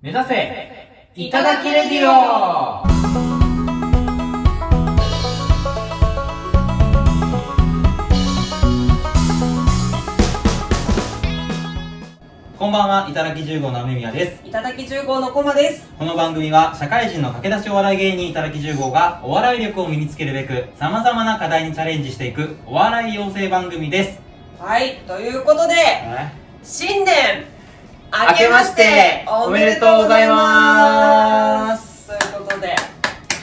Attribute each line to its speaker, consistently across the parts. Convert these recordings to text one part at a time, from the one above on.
Speaker 1: 目指せいただきレディオこんばんは、いただき十号の雨宮です。
Speaker 2: いただき10号のコマです。
Speaker 1: この番組は社会人の駆け出しお笑い芸人いただき10号がお笑い力を身につけるべく様々な課題にチャレンジしていくお笑い養成番組です。
Speaker 2: はい、ということで、新年。
Speaker 1: 明けましておめでとうございます
Speaker 2: ということで、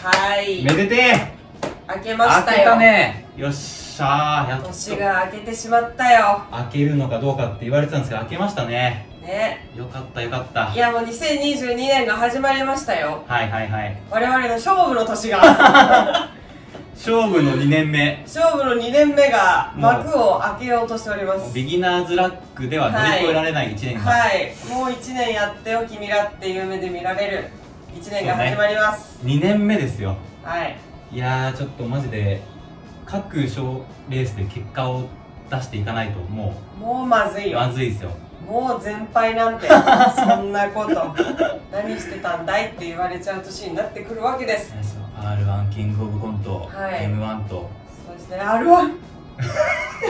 Speaker 2: はい、
Speaker 1: めでてえ
Speaker 2: 明けましたよ。
Speaker 1: ねよっしゃー、やっと。
Speaker 2: 年が明けてしまったよ。
Speaker 1: 開けるのかどうかって言われてたんですけど開けましたね
Speaker 2: ね。
Speaker 1: よかったよかったはいい
Speaker 2: やもう2022年が始まりましたよ。
Speaker 1: はいはい
Speaker 2: 我々の勝負の年 が、
Speaker 1: 勝負の2年目
Speaker 2: 勝負の2年目が幕を開けようとしております。
Speaker 1: ビギナーズラックでは乗り越えられない1年が、
Speaker 2: はい、もう1年やってよ君らっていう目で見られる1年が始まります。
Speaker 1: 2年目ですよ
Speaker 2: はい。
Speaker 1: いやーちょっとマジで各賞レースで結果を出していかないとも
Speaker 2: もうまずいうよ
Speaker 1: まずいですよ
Speaker 2: もう全敗 なんてそんなこと何してたんだいって言われちゃう年になってくるわけです
Speaker 1: r 1キングオブコント、
Speaker 2: はい
Speaker 1: m 1と
Speaker 2: そして r 1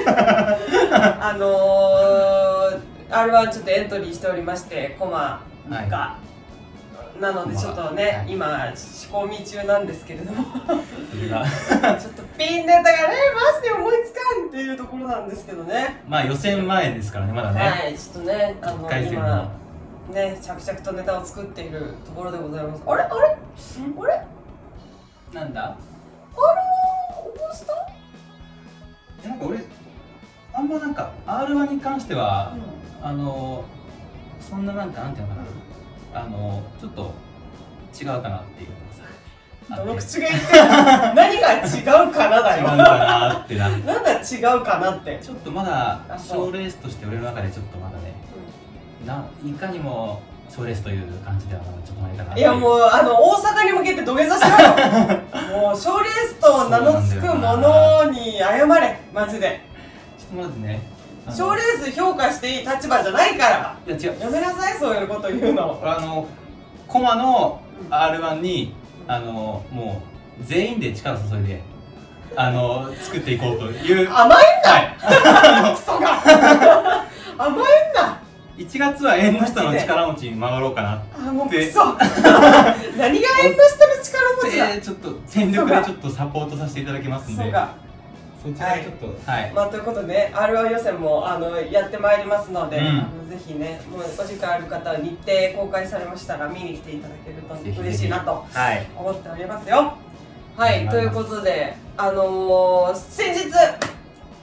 Speaker 2: あのー、r 1ちょっとエントリーしておりましてコマが、なの
Speaker 1: コ
Speaker 2: で
Speaker 1: マ
Speaker 2: ちょっとね、
Speaker 1: はい
Speaker 2: 今仕込み中なんですけれどもちょっ
Speaker 1: それが
Speaker 2: とピンネタがねマジで思いつかんっていうところなんですけどね
Speaker 1: まあ予選前ですからねまだね、
Speaker 2: はいちょっとねあ
Speaker 1: 1
Speaker 2: の
Speaker 1: 回戦の
Speaker 2: 今ね、着々とネタを作っているところでございます。あれあれあれあれ
Speaker 1: なんだ
Speaker 2: 押した
Speaker 1: いやなんか俺あんまなんか r 1に関してはあのそんななんかなんていうのかなあのちょっと違うかなっていうのがさ
Speaker 2: どの
Speaker 1: 違う
Speaker 2: 口が 言ってるの何が違うかなだよ。
Speaker 1: か
Speaker 2: なん
Speaker 1: なって な
Speaker 2: だ違うかなって。
Speaker 1: ちょっとまだ
Speaker 2: あそ
Speaker 1: 賞
Speaker 2: う
Speaker 1: レースとして俺の中でちょっとまだねないかにも賞レースという感じではまだちょっとないかなって
Speaker 2: い
Speaker 1: い
Speaker 2: やも
Speaker 1: う
Speaker 2: うあの大阪に向けて土下座し ろよもう賞レースと名の付くものに謝れマジで
Speaker 1: ちょっとまずねあの
Speaker 2: 賞レース評価していい立場じゃないから
Speaker 1: いや違う
Speaker 2: やめなさいそういうこと言うの
Speaker 1: 俺あのコマの r 1にあのもう全員で力注いであの作っていこうと いう
Speaker 2: 甘えんな、
Speaker 1: はい
Speaker 2: クソが 甘えんな
Speaker 1: 1月は縁の下の力持ちに回ろうかなっ
Speaker 2: あもう
Speaker 1: で
Speaker 2: クソ何が縁の下の力持ちだ
Speaker 1: てちょっと全力でちょっとサポートさせていただきますん
Speaker 2: そ
Speaker 1: で
Speaker 2: うか
Speaker 1: そちらちょっとはい、
Speaker 2: まあ、ということで r 1予選もあのやってまいりますので、
Speaker 1: うん
Speaker 2: あのぜひねもうお時間ある方は日程公開されましたら見に来ていただけると
Speaker 1: ぜひぜひ
Speaker 2: 嬉しいなと
Speaker 1: はい
Speaker 2: 思っておりますよは
Speaker 1: お願いし
Speaker 2: い
Speaker 1: ます
Speaker 2: ということであのー、先日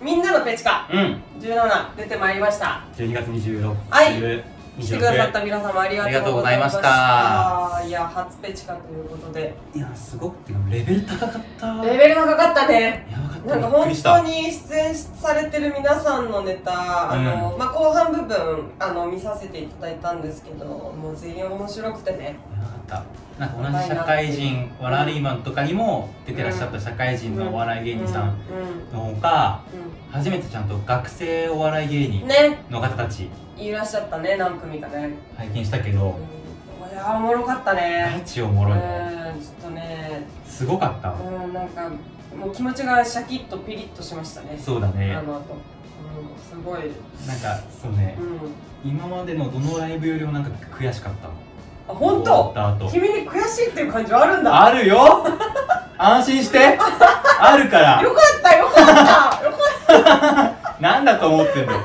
Speaker 2: みんなのペチカ
Speaker 1: うん
Speaker 2: 17出てまいりました
Speaker 1: 12月26日
Speaker 2: はい
Speaker 1: 26
Speaker 2: 来てくださった皆様ありがとうございました
Speaker 1: あ
Speaker 2: いや初ペチカということで
Speaker 1: いやすごくてかレベル高かったや
Speaker 2: レベルが高かったね
Speaker 1: ばかった
Speaker 2: なんか
Speaker 1: びっく
Speaker 2: 本
Speaker 1: りした
Speaker 2: 当に出演されてる皆さんのネタ、あのまあ、後半部分あの見させていただいたんですけどもう全員面白くてね
Speaker 1: やばかったなんか同じ社会人ワラリーマンとかにも出てらっしゃった社会人のお笑い芸人さん
Speaker 2: うんうん
Speaker 1: のほか初めてちゃんと学生お笑い芸人
Speaker 2: うんね
Speaker 1: の方たち
Speaker 2: いらっしゃったね何組かね、
Speaker 1: 拝見したけ
Speaker 2: う
Speaker 1: ど
Speaker 2: ん、いやーおもろかった
Speaker 1: ガ
Speaker 2: ね
Speaker 1: チおも
Speaker 2: う
Speaker 1: ろい
Speaker 2: ん
Speaker 1: ね
Speaker 2: ちょっとね
Speaker 1: すごかった
Speaker 2: うんなんかもう気持ちがシャキッとピリッとしましたね
Speaker 1: そうだね
Speaker 2: あの後、うん、すごい、う
Speaker 1: なんかそうね、
Speaker 2: ん、
Speaker 1: 今までのどのライブよりもなんか悔しかった
Speaker 2: あ本
Speaker 1: 終わっ
Speaker 2: 当
Speaker 1: た後
Speaker 2: 君に悔しいっていう感じはあるんだ
Speaker 1: あるよ安心してあるから
Speaker 2: よかったよかったよかっ
Speaker 1: なんだと思ってんだよ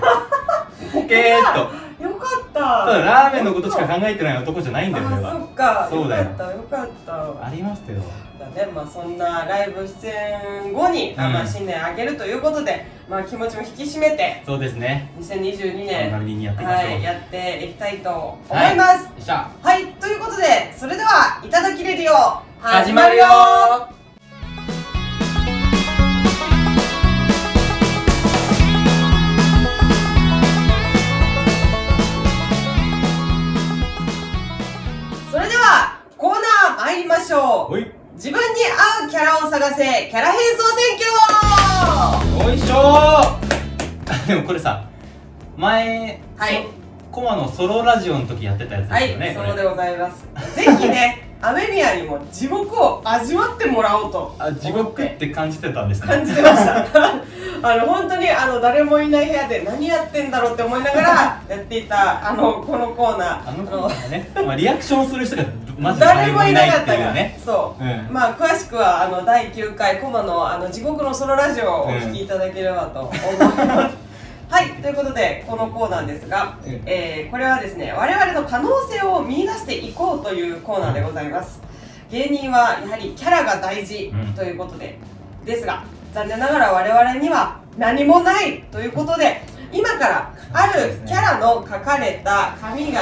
Speaker 1: ポケーっと
Speaker 2: たよかった
Speaker 1: だラーメンのことしか考えてない男じゃないんだよ俺
Speaker 2: あ
Speaker 1: は
Speaker 2: そっか
Speaker 1: そうだよ
Speaker 2: よかったよかった
Speaker 1: ありましたよ
Speaker 2: だねまあそんなライブ出演後に、あ
Speaker 1: うん
Speaker 2: まあ、新年あげるということで、まあ、気持ちも引き締めて
Speaker 1: そうですね
Speaker 2: 2022
Speaker 1: こんな
Speaker 2: 年、
Speaker 1: りにやっていきましょう、
Speaker 2: はい、
Speaker 1: よ
Speaker 2: やっていきたいと思います
Speaker 1: っしゃ
Speaker 2: はい、ということでそれでは「いただきレディオ」
Speaker 1: 始まるよ
Speaker 2: それではコーナー参りましょう
Speaker 1: おい
Speaker 2: 自分に合うキャラを探せキャラ変装選挙
Speaker 1: よいしょーでもこれさ前、
Speaker 2: はい
Speaker 1: そコマのソロラジオの時やってたやつ
Speaker 2: は
Speaker 1: です
Speaker 2: い、
Speaker 1: よね、こ
Speaker 2: そう
Speaker 1: れ
Speaker 2: でございます。ぜひね、アメミアにも地獄を味わってもらおうと
Speaker 1: あ地獄って感じてたんですね
Speaker 2: 感じてま した。あの本当にあの誰もいない部屋で何やってんだろうって思いながらやっていたあのこのコーナー。
Speaker 1: あの
Speaker 2: あ
Speaker 1: 子
Speaker 2: の
Speaker 1: はね、まあ、リアクションする人がマジで
Speaker 2: 誰
Speaker 1: 誰
Speaker 2: も
Speaker 1: も
Speaker 2: い
Speaker 1: い
Speaker 2: な
Speaker 1: な
Speaker 2: か
Speaker 1: い
Speaker 2: っ
Speaker 1: ったてい
Speaker 2: か
Speaker 1: う
Speaker 2: ら
Speaker 1: ね
Speaker 2: そうう、
Speaker 1: ん
Speaker 2: まあ詳しくはあの第9回コマのあの地獄のソロラジオをお聞きいただければと思います。はい、ということでこのコーナーですが、
Speaker 1: うん
Speaker 2: えーこれはですね我々の可能性を見出していこうというコーナーでございます。芸人はやはりキャラが大事
Speaker 1: うん
Speaker 2: ということで、ですが残念ながら我々には何もないということで今からあるキャラの書かれた紙が入っ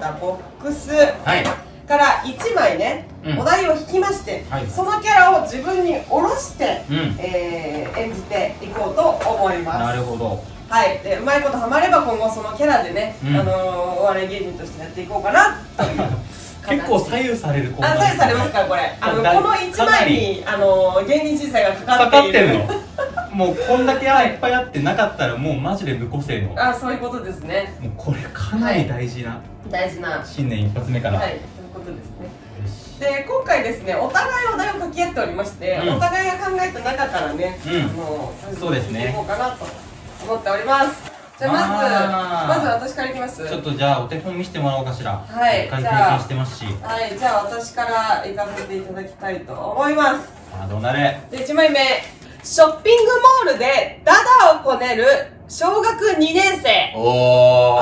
Speaker 2: たボックス
Speaker 1: はい、
Speaker 2: から1枚ね、
Speaker 1: うん
Speaker 2: お題を引きまして、
Speaker 1: はい
Speaker 2: そのキャラを自分に下ろして、
Speaker 1: うん、
Speaker 2: えー演じていこうと思います
Speaker 1: なるほど
Speaker 2: はい、でうまいことハマれば今後そのキャラでね、
Speaker 1: うん
Speaker 2: あのーお笑い芸人としてやっていこうかなと いう形
Speaker 1: 結構左右されるコーナ
Speaker 2: あ
Speaker 1: ー
Speaker 2: 左右されますからこれあの
Speaker 1: だ
Speaker 2: この1
Speaker 1: かな
Speaker 2: 枚
Speaker 1: り
Speaker 2: にあの芸人人生がか
Speaker 1: か
Speaker 2: かっ
Speaker 1: か
Speaker 2: て
Speaker 1: っ
Speaker 2: いる
Speaker 1: てんのもうこんだけ穴いっぱいあってなかったらもうマジで無個性のもう
Speaker 2: あそういうことですね
Speaker 1: これかなり大事な
Speaker 2: 大事なはい
Speaker 1: 新年一発目か
Speaker 2: と
Speaker 1: ら、
Speaker 2: いうことですねで今回ですねお互いお題を書き合っておりまして、
Speaker 1: うん
Speaker 2: お互いが考えた中からね、
Speaker 1: うん
Speaker 2: あの
Speaker 1: そうですね
Speaker 2: いこうかなと思っておりますじゃあ
Speaker 1: あ
Speaker 2: ま
Speaker 1: ー
Speaker 2: ずまず私からいきます
Speaker 1: ちょっとじゃあお手本見せてもらおうかしら
Speaker 2: はい
Speaker 1: 一回
Speaker 2: じゃ
Speaker 1: 経験
Speaker 2: あ
Speaker 1: してますし
Speaker 2: はい、じゃあ私から行かせていただきたいと思います。
Speaker 1: さあどうなれ
Speaker 2: で、1枚目。ショッピングモールでダダをこねる小学2年生。
Speaker 1: おお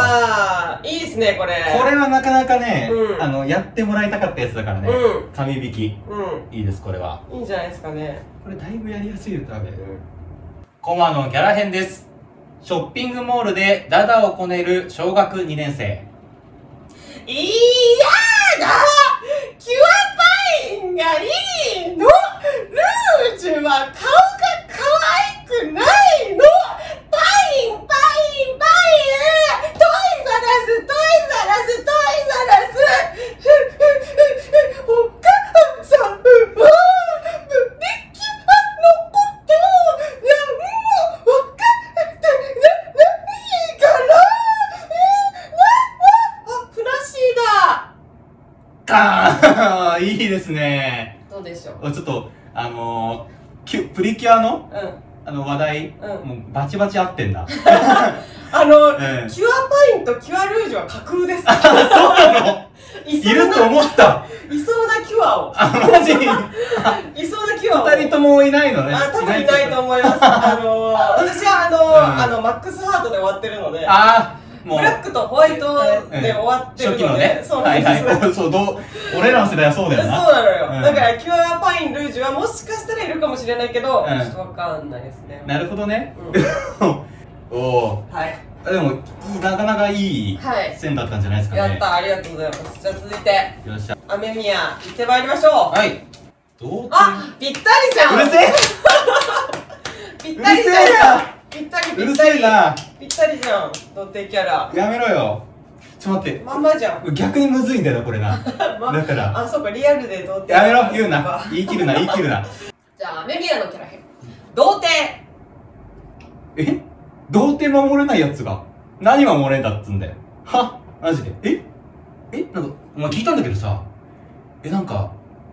Speaker 2: あー、いいですね、これ。
Speaker 1: これはなかなかね、
Speaker 2: うん
Speaker 1: あのやってもらいたかったやつだからね、
Speaker 2: う
Speaker 1: 紙引き
Speaker 2: う
Speaker 1: いいですこれは
Speaker 2: ん、いいんじゃないですかね。
Speaker 1: これだいぶやりやすい歌だねコマのキャラ編ですショッピングモールでダダをこねる小学2年生
Speaker 2: いやだキュアパインがいいのルージュは顔が可愛くないのパインパインパイントイザラストイザラストイザラスお母さんはブリキュアのこと何も分かってないからあ、フラッシーだ
Speaker 1: かーンいいですね
Speaker 2: どうでしょう
Speaker 1: ちょっとあのーキュプリキュアの
Speaker 2: うん。
Speaker 1: あの話題、
Speaker 2: うん
Speaker 1: もうバチバチ合って んだ
Speaker 2: あの、
Speaker 1: うん
Speaker 2: キュアパインとキュアルージュは架空です。
Speaker 1: そうなの
Speaker 2: い
Speaker 1: い
Speaker 2: そう
Speaker 1: ると
Speaker 2: な、
Speaker 1: 思った
Speaker 2: いそうなキュアを。
Speaker 1: あ マジに
Speaker 2: いそうなキュアを。
Speaker 1: 二人ともいないのね
Speaker 2: あ、多分いないと
Speaker 1: 思う
Speaker 2: 思います。あの私はあの
Speaker 1: うん
Speaker 2: あの、マックスハートで終わってるので、ブ
Speaker 1: ああもう
Speaker 2: ラックとホワイトで終わってる
Speaker 1: 初
Speaker 2: ので、
Speaker 1: 期のね
Speaker 2: そうな
Speaker 1: は
Speaker 2: ん
Speaker 1: い
Speaker 2: です。
Speaker 1: はいそうどう俺らの世代はそう
Speaker 2: そう
Speaker 1: だよな
Speaker 2: なのよ、
Speaker 1: うん
Speaker 2: だからキュアパインルージュはもしかしたらいるかもしれないけ
Speaker 1: う
Speaker 2: ど、
Speaker 1: ん
Speaker 2: ちょっとわかんないですね
Speaker 1: なるほどね
Speaker 2: うん
Speaker 1: おお
Speaker 2: はい
Speaker 1: ーでもいいなかなかいい
Speaker 2: はい
Speaker 1: 線だったんじゃないですかね
Speaker 2: やったありがとうございますじゃあ続いて
Speaker 1: よっしゃ
Speaker 2: 雨宮行ってまいりましょう
Speaker 1: はいどう
Speaker 2: あぴったりじゃん
Speaker 1: うるせえ
Speaker 2: ぴったり
Speaker 1: うる
Speaker 2: じ
Speaker 1: せえ
Speaker 2: ゃん
Speaker 1: な
Speaker 2: ぴったり
Speaker 1: う
Speaker 2: ぴ
Speaker 1: る
Speaker 2: った
Speaker 1: せえ
Speaker 2: り
Speaker 1: な
Speaker 2: ぴったりじゃん童貞キャラ
Speaker 1: やめろよちょっと待って
Speaker 2: まんまじゃん
Speaker 1: 逆にむずいんだよなこれな
Speaker 2: ま
Speaker 1: だから
Speaker 2: あそうかリアルで童貞キャ
Speaker 1: や
Speaker 2: ラ
Speaker 1: めろ言う
Speaker 2: そ
Speaker 1: な
Speaker 2: か
Speaker 1: 言い切るな言い切るな
Speaker 2: じゃあメビアのキャラ変童貞
Speaker 1: え童貞守れないやつが何守れんだっつうんだよはマジでええなんかお前聞いたんだけどさえなんか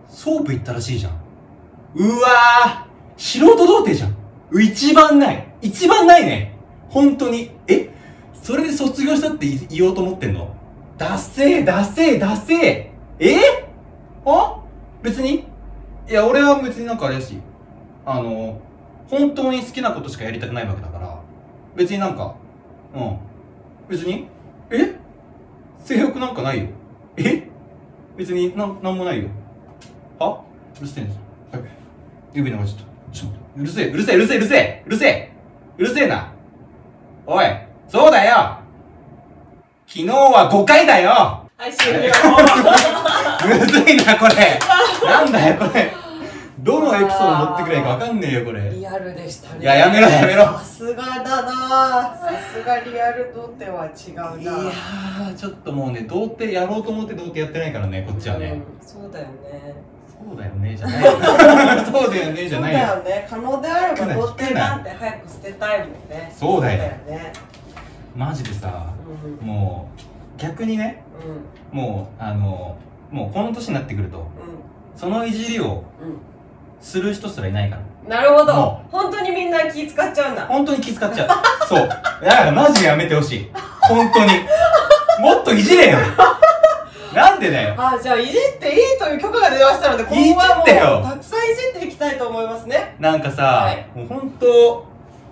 Speaker 1: ソープ行ったらしいじゃんうわー素人童貞じゃんう一番ない一番ないね本当にえそれで卒業したってい言おうと思ってんのダッセーダッセーダッセーえあ別にいや俺は別になんかあれだしあの本当に好きなことしかやりたくないわけだから別になんかうん別にえ性欲なんかないよえ別になんなんもないよあうるせえんはい指流しちゃったちょっとうるせえうるせえうるせえうるせえうるせえうるせえなおいそうだよ昨日は5回だよ
Speaker 2: はい終了
Speaker 1: むずいなこれなんだよこれどのエピソード持ってくればいいかわかんねえよこれ
Speaker 2: リアルでしたね
Speaker 1: いややめろやめろ
Speaker 2: さすがだなさすがリアル童貞は違う
Speaker 1: いや
Speaker 2: な
Speaker 1: ーちょっともうね童貞やろうと思って童貞やってないからねこっちはね、
Speaker 2: うんそうだよね
Speaker 1: そうだよねじゃない よそうだよねじ
Speaker 2: そ
Speaker 1: ゃ
Speaker 2: う
Speaker 1: ない
Speaker 2: だ
Speaker 1: よ
Speaker 2: よね可能であれば童
Speaker 1: 聞く
Speaker 2: 貞
Speaker 1: な
Speaker 2: なんて早く捨てたいもんね
Speaker 1: そうだよ
Speaker 2: ね
Speaker 1: マジでさ
Speaker 2: うん
Speaker 1: もう逆にね
Speaker 2: うん
Speaker 1: もうあのもうこの年になってくるとそのいじりを
Speaker 2: う
Speaker 1: する人すらいないから
Speaker 2: んなるほど
Speaker 1: も
Speaker 2: 本当にみんな気使っちゃうんだ
Speaker 1: 本当に気遣っちゃ うそうだからマジでやめてほしい本当にもっといじれよなんでだよ
Speaker 2: あじゃあいじっていいという許可が出ましたので今後
Speaker 1: いじってよ
Speaker 2: はもうたくさんいじっていきたいと思いますね
Speaker 1: なんかさ、
Speaker 2: はい
Speaker 1: もう本当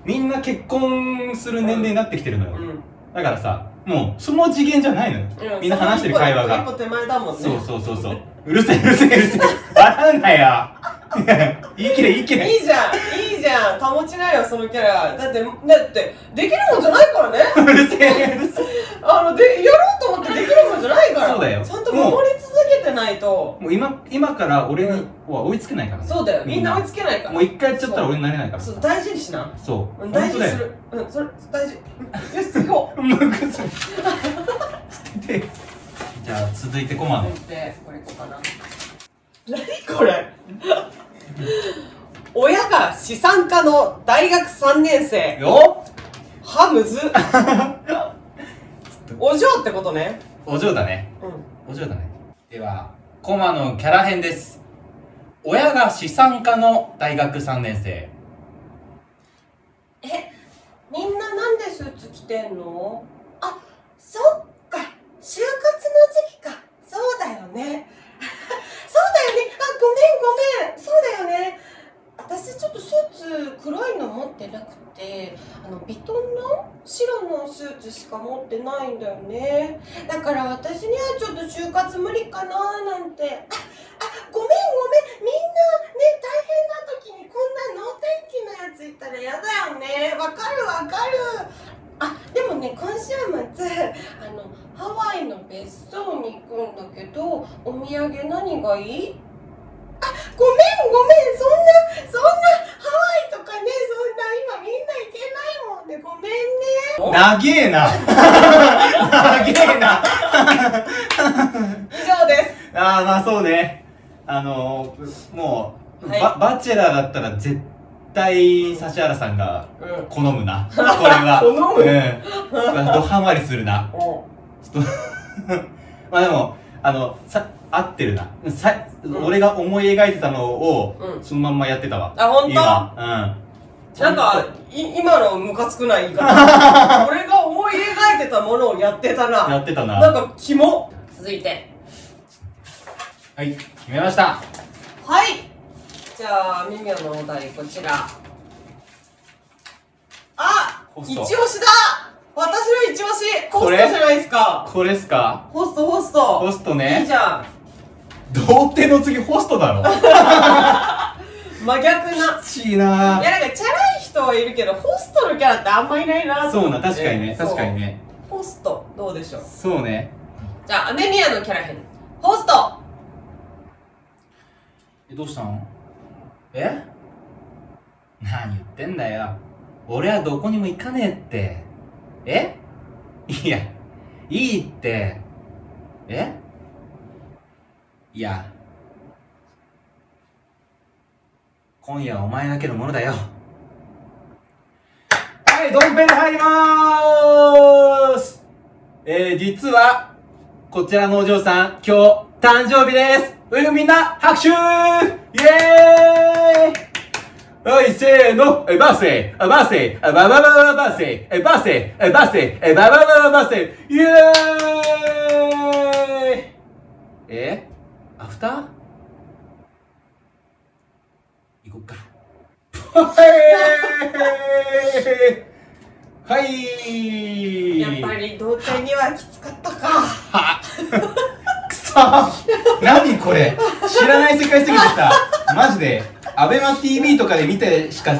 Speaker 1: みんな結婚する年齢になってきてるのよ、
Speaker 2: うん
Speaker 1: だからさもうその次元じゃないのよ、みんな話してる会話が
Speaker 2: 一歩手前だもんね
Speaker 1: そうそうそうそううるせえうるせえうるせえ笑うなよ 言い切れ言い切れ
Speaker 2: いいじゃんいいじゃん保ちないよそのキャラだってだってできるもんじゃないからね
Speaker 1: うるせえうるせえ
Speaker 2: あのでやろうと思ってできるもんじゃないから
Speaker 1: そうだよ
Speaker 2: ちゃんと守り続けてないと
Speaker 1: もう今今から俺には追いつけないからね
Speaker 2: そうだよみんな追いつけないから
Speaker 1: もう一回やっちゃったら俺になれないから
Speaker 2: そう
Speaker 1: さ
Speaker 2: 大事にしな
Speaker 1: そううん
Speaker 2: 大事
Speaker 1: 本当
Speaker 2: に
Speaker 1: だよ
Speaker 2: するうんそれ大事うんよし次行こう
Speaker 1: むくさ捨ててじゃあ続いてコマね
Speaker 2: でこれ行こうかな何これ 親が資産家の大学3年生
Speaker 1: よっ
Speaker 2: ハ ムズお嬢ってことね
Speaker 1: お嬢だね
Speaker 2: うん
Speaker 1: お嬢だねではコマのキャラ編です親が資産家の大学3年生
Speaker 2: みんななんでスーツ着てんのあそっか就活の時期かそうだよね そうだよねあごめんごめんそうだよね私ちょっとスーツ黒いの持ってなくてあのビトンの白のスーツしか持ってないんだよねだから私にはちょっと就活無理かななんてああごめんごめんみんなね大変な時にこんな能天気なやついたら嫌だよねわかるわかるあでもね今週末あのハワイの別荘に行くんだけどお土産何がいいあごめんごめんそんなそんなハワイとかねそんな今みんな行けないもんでごめんね
Speaker 1: なげえななげえな
Speaker 2: 以上です
Speaker 1: ああまあそうねあのー、もう、
Speaker 2: はい
Speaker 1: ババチェラーだったら絶対指原さんが
Speaker 2: うん
Speaker 1: 好むなこれは
Speaker 2: 好む
Speaker 1: うんドハマりするな
Speaker 2: お
Speaker 1: ちょっとまあでもあのさ合ってるなさ、
Speaker 2: ん
Speaker 1: 俺が思い描いてたのを
Speaker 2: うん
Speaker 1: そのまんまやってたわ
Speaker 2: あ本
Speaker 1: いい
Speaker 2: 当
Speaker 1: わうん
Speaker 2: なんか
Speaker 1: ち
Speaker 2: い今のムカつくない言い 方俺が思い描いてたものをやってた
Speaker 1: ゃんとや
Speaker 2: な
Speaker 1: ってた
Speaker 2: なん
Speaker 1: な
Speaker 2: かキモ続いて
Speaker 1: はい決めました
Speaker 2: はいじゃあミミオのお題こちらあ
Speaker 1: ホ
Speaker 2: 一
Speaker 1: スト
Speaker 2: 押しだ私の一押しホ
Speaker 1: こ
Speaker 2: ス
Speaker 1: れ
Speaker 2: トじゃないですか
Speaker 1: これっすか
Speaker 2: ホストホスト
Speaker 1: ホスト
Speaker 2: いい
Speaker 1: ね
Speaker 2: じゃん
Speaker 1: 童貞の次ホストだろ
Speaker 2: 真逆な
Speaker 1: ちいない
Speaker 2: やなんかチャラい人はいるけどホストのキャラってあんまいないなと
Speaker 1: そう
Speaker 2: 思
Speaker 1: な
Speaker 2: っ
Speaker 1: 確
Speaker 2: て
Speaker 1: かにね
Speaker 2: そう
Speaker 1: 確かにね
Speaker 2: ホストどうでしょう
Speaker 1: そうね
Speaker 2: じゃあアメミアのキャラ編ホスト
Speaker 1: えどうしたのえ何言ってんだよ俺はどこにも行かねえってえいやいいってえいや今夜はお前だけのものだよはいドンペリ入りまーすえー、実はこちらのお嬢さん、今日、誕生日ですういうみんな、拍手イエーイはい、せーの、え、バーセー、あバーセー、あババババババーセー、え、バーセー、え、バーセー、え、バババババーセー、イエーイえアフター行こっか。はいはい
Speaker 2: やっぱり童貞にはきつかったか
Speaker 1: くそ 何これ知らない世界すぎてさマジでアベマ t v とかで見てしか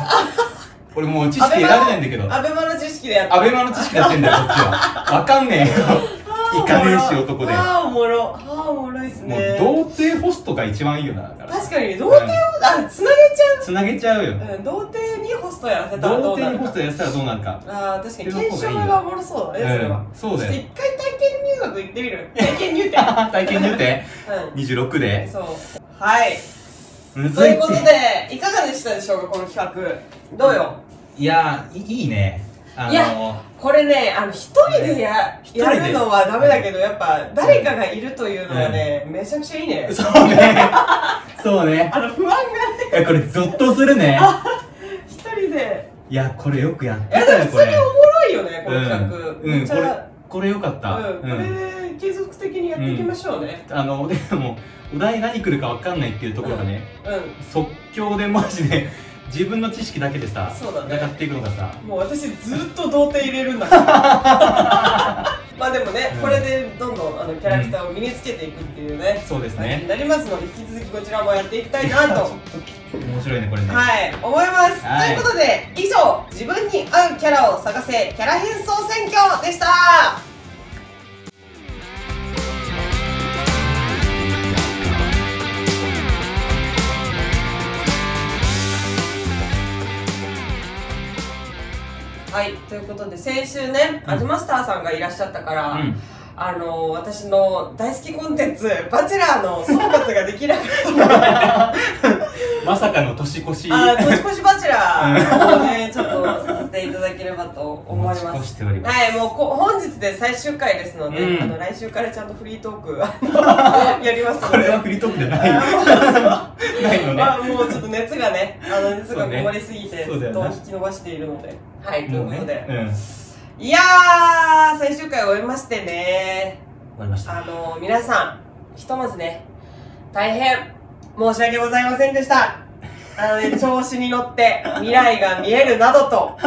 Speaker 1: 俺もう知識得られないんだけど
Speaker 2: アベマの知識でやった
Speaker 1: アベマの知識やってんだよこっちはわかんねえよ いかねえし男で
Speaker 2: あーおもろあーおもろいっすね
Speaker 1: もう童貞ホストが一番いいよなだから
Speaker 2: 確かに童貞をあつなげちゃ
Speaker 1: つなげちゃうよ
Speaker 2: う、うん、童貞にホストやらせたらど
Speaker 1: 童
Speaker 2: うな
Speaker 1: 貞
Speaker 2: る
Speaker 1: にホス
Speaker 2: か
Speaker 1: トやったらどうなるか
Speaker 2: あー確かに検証がおもろそうだねそれは、
Speaker 1: うんそう
Speaker 2: ちょっ
Speaker 1: だ
Speaker 2: と
Speaker 1: よ
Speaker 2: 一回体験入学行ってみ る体験入店
Speaker 1: 体験入って
Speaker 2: う
Speaker 1: 26
Speaker 2: ん
Speaker 1: で
Speaker 2: そうはい
Speaker 1: む
Speaker 2: と
Speaker 1: ずい
Speaker 2: い
Speaker 1: っ
Speaker 2: うこと
Speaker 1: て
Speaker 2: でいかがでしたでしょうかこの企画どうよ
Speaker 1: いやーいいいねあ
Speaker 2: い
Speaker 1: の
Speaker 2: これね、あの、一人でや、
Speaker 1: 一人
Speaker 2: や
Speaker 1: で
Speaker 2: るのはダメだけど、やっぱ、誰かがいるというのはね、めちゃくちゃいいね。
Speaker 1: そうねそうね
Speaker 2: あの、不安がね、
Speaker 1: いやこれゾッとするね
Speaker 2: 一人で。
Speaker 1: いやこれよくやって
Speaker 2: いや、
Speaker 1: た
Speaker 2: で
Speaker 1: よ
Speaker 2: も、
Speaker 1: こ
Speaker 2: それ
Speaker 1: れ
Speaker 2: おもろいよね、この企画。
Speaker 1: うん、う
Speaker 2: め
Speaker 1: ん、
Speaker 2: っち
Speaker 1: こ
Speaker 2: ゃ、
Speaker 1: れこれよかった、
Speaker 2: うん、これ、継続的にやっていきましょうね。
Speaker 1: あのでもお題何来るかわかんないっていうところがね、
Speaker 2: う
Speaker 1: 即興でマジで自分の知識だけでさ
Speaker 2: そうだね
Speaker 1: 戦っていくのがさ
Speaker 2: ん。もう私、ずっと童貞入れるんだから。 まあでもね
Speaker 1: う、ん
Speaker 2: これでどんどんあのキャラクターを身につけていくっていうね、
Speaker 1: そうです
Speaker 2: 感じに
Speaker 1: ね
Speaker 2: なりますので、引き続きこちらもやっていきたいな と。
Speaker 1: 面白いねこれね、
Speaker 2: はい、思います。
Speaker 1: はい
Speaker 2: ということで、以上、自分に合うキャラを探せ、キャラ変装選挙でした。はい、ということで、先週ね、
Speaker 1: うん
Speaker 2: アジマスターさんがいらっしゃったから、
Speaker 1: うん、
Speaker 2: あの私の大好きコンテンツ、バチェラーの総括ができなかったので、
Speaker 1: まさかの年越し
Speaker 2: あー、年越しバチェラーをね、ちょっとさせていただければと
Speaker 1: お
Speaker 2: 思いま
Speaker 1: 待
Speaker 2: す。
Speaker 1: ち
Speaker 2: は
Speaker 1: 越しております、
Speaker 2: い、もうこ本日で最終回ですので、
Speaker 1: うん
Speaker 2: あの来週からちゃんとフリートークあ のやりますの
Speaker 1: こ
Speaker 2: で。
Speaker 1: れはフリートークじゃない
Speaker 2: あ
Speaker 1: ないのね
Speaker 2: ーまあもうちょっと熱がね、あの熱がこもりすぎて、ず
Speaker 1: そうね
Speaker 2: っ
Speaker 1: そう
Speaker 2: と
Speaker 1: だよ
Speaker 2: 引
Speaker 1: な
Speaker 2: き伸ばしているので。はい、という
Speaker 1: もうね、う
Speaker 2: こと
Speaker 1: ん、
Speaker 2: で。
Speaker 1: 終
Speaker 2: いやー、最終回終えましてね。
Speaker 1: わりました
Speaker 2: あの皆さん、ひとまずね、大変申し訳ございませんでした。あ のね、調子に乗って未来が見えるなどと、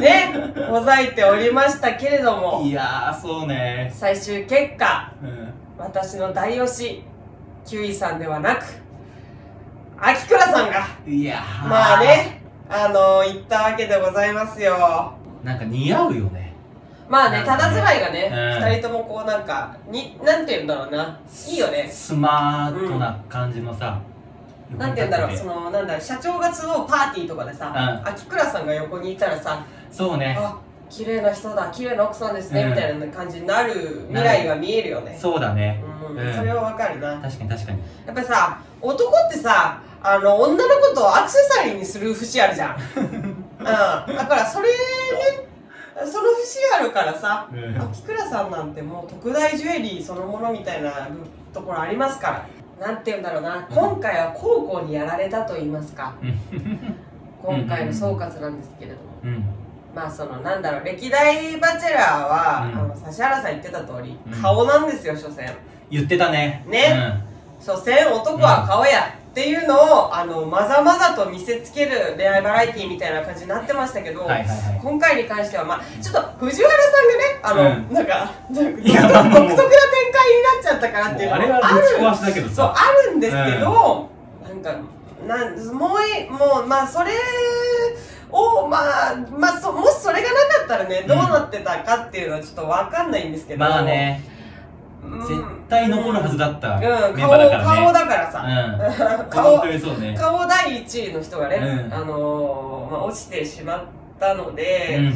Speaker 2: ね、ほざいておりましたけれども、
Speaker 1: いやーそうね
Speaker 2: 最終結果、
Speaker 1: うん
Speaker 2: 私の大推し、キュウイさんではなく、秋倉さんが、
Speaker 1: いやー
Speaker 2: まあね、あの言ったわけでございますよ。
Speaker 1: なんか似合うよね
Speaker 2: まあね、ただずまいがね、
Speaker 1: うん
Speaker 2: 二人ともこうなんか、に、なんて言うんだろうな、いいよね。
Speaker 1: スマートな感じのさ、
Speaker 2: なんて言うんだろう、そ
Speaker 1: そ
Speaker 2: の、なんだろう、社長が集うパーティーとかでさ、
Speaker 1: う
Speaker 2: 秋倉さんが横にいたらさ、
Speaker 1: そうね
Speaker 2: あ、綺麗な人だ、綺麗な奥さんですね、
Speaker 1: うん
Speaker 2: みたいな感じになる未来が見えるよね。
Speaker 1: そうだね
Speaker 2: うん、
Speaker 1: うん
Speaker 2: それはわかるな。や
Speaker 1: 確かに確かに
Speaker 2: っぱりさ、男ってさ、あの、女のことをアクセサリーにする節ある じゃん。うん。だから、それね、その節あるからさ、
Speaker 1: うん
Speaker 2: 秋倉さんなんてもう特大ジュエリーそのものみたいなところありますからなんて言うんだろうな今回は高校にやられたと言いますか今回の総括なんですけれども、
Speaker 1: うん
Speaker 2: まあそのなんだろう歴代バチェラーは、
Speaker 1: うん
Speaker 2: あの指原さん言ってた通り、
Speaker 1: うん
Speaker 2: 顔なんですよ所詮
Speaker 1: 言ってたね
Speaker 2: ね所詮男は顔や、っていうのをあのまざまざと見せつける恋愛バラエティーみたいな感じになってましたけど、
Speaker 1: うんはいはいはい
Speaker 2: 今回に関しては、まあ、ちょっと藤原さんがね、あの、
Speaker 1: う
Speaker 2: なんか、なんか独
Speaker 1: いやまあも
Speaker 2: 特独特な展開
Speaker 1: う
Speaker 2: になっちゃったかなっていうの
Speaker 1: もうあれは
Speaker 2: ある
Speaker 1: ぶち壊しだけどさ
Speaker 2: そう、あるんですけど、なんか、なん、もうい、もう、まあ、それを、まあ、まあ、そもしそれがなかったらね、どうなってたかっていうのはちょっとわかんないんですけど。
Speaker 1: まあね
Speaker 2: うん、
Speaker 1: 絶対残るはずだった
Speaker 2: うん、
Speaker 1: メン
Speaker 2: 顔、
Speaker 1: バーだからね
Speaker 2: 顔だからさ。
Speaker 1: うん
Speaker 2: 顔
Speaker 1: 本当にそうね
Speaker 2: 顔第一位の人がね、
Speaker 1: うん
Speaker 2: あのーまあ、落ちてしまったの
Speaker 1: う
Speaker 2: で、
Speaker 1: ん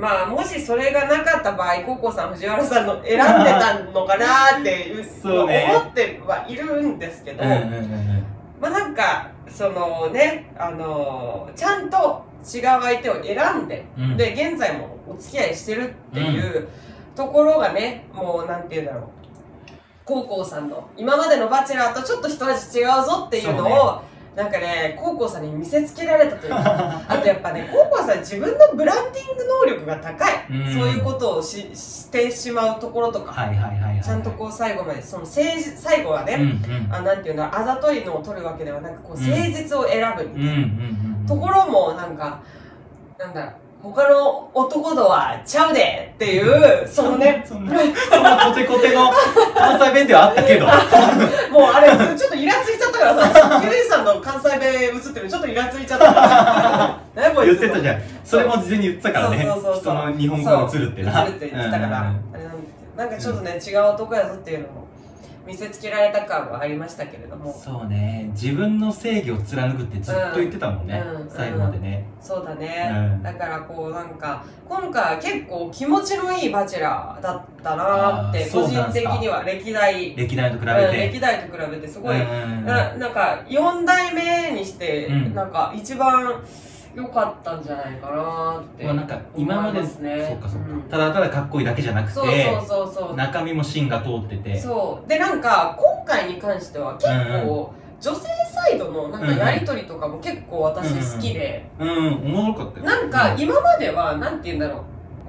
Speaker 2: まあもしそれがなかった場合ココさん藤原さんの選んでたのかなっていう
Speaker 1: そうね
Speaker 2: 思ってはいるんですけど、
Speaker 1: うんうんうんうん
Speaker 2: まあなんかそのねあのちゃんと違う相手を選んで、
Speaker 1: うん
Speaker 2: で現在もお付き合いしてるっていうところがねもうなんて言うんだろうコウコウさんの今までの「バチェラー」とちょっと一味違うぞっていうの
Speaker 1: そう
Speaker 2: をなんかねコウコウさんに見せつけられたというか。 あとやっぱね、高校さん自分のブランディング能力が高い。
Speaker 1: うん
Speaker 2: そういうことをししてしまうところとか、
Speaker 1: はいはいはいはい
Speaker 2: ちゃんとこう最後まで、その誠実最後は
Speaker 1: うんう
Speaker 2: ね、
Speaker 1: ん
Speaker 2: あなんていうんだろう、あざといのを取るわけではなく、こう
Speaker 1: うん
Speaker 2: 誠実を選ぶ
Speaker 1: うんう
Speaker 2: みたいな、
Speaker 1: んうん
Speaker 2: ところもなんか、なんだろう、他の男とはちゃうでっていう、そのね、
Speaker 1: そんなそんなコテコテの関西弁ではあったけど
Speaker 2: もうあれ、ちょっとイラついちゃったから さ、ケイさんの関西弁映ってるのちょっとイラついちゃった から。何こい
Speaker 1: 言
Speaker 2: つ
Speaker 1: ってたじゃんそれも事前に言ってたからね
Speaker 2: そうそうそうそう
Speaker 1: 人の日本語が映るってな
Speaker 2: そう映るって言ってたから、
Speaker 1: うんうんうん
Speaker 2: あれなんですけどなんかちょっとね、違う男やぞっていうのも見せつけられた感はありましたけれども
Speaker 1: そうね自分の正義を貫くってずっと言ってたもんね、
Speaker 2: うん
Speaker 1: 最後までね、
Speaker 2: そうだね、
Speaker 1: うん
Speaker 2: だからこうなんか今回は結構気持ちのいいバチェラーだったなーって
Speaker 1: あー
Speaker 2: 個
Speaker 1: そう
Speaker 2: 人
Speaker 1: なんす
Speaker 2: 的
Speaker 1: か
Speaker 2: には歴代
Speaker 1: 歴代と比べ
Speaker 2: うん
Speaker 1: て、
Speaker 2: 歴代と比べてすごい、
Speaker 1: うんうんうん
Speaker 2: ななんか4代目にして、
Speaker 1: うん
Speaker 2: なんか一番良かったんじゃないかなって
Speaker 1: まあなんか今まで、
Speaker 2: 思いますね
Speaker 1: そうかそうか、
Speaker 2: うん
Speaker 1: ただただかっこいいだけじゃなくて
Speaker 2: そうそうそうそう
Speaker 1: 中身も芯が通ってて
Speaker 2: そうでなんか今回に関しては結構、女性サイドのなんかやり取りとかも結構私好きで、
Speaker 1: うんおもろかったよ
Speaker 2: なんか今まではなんて言うんだろう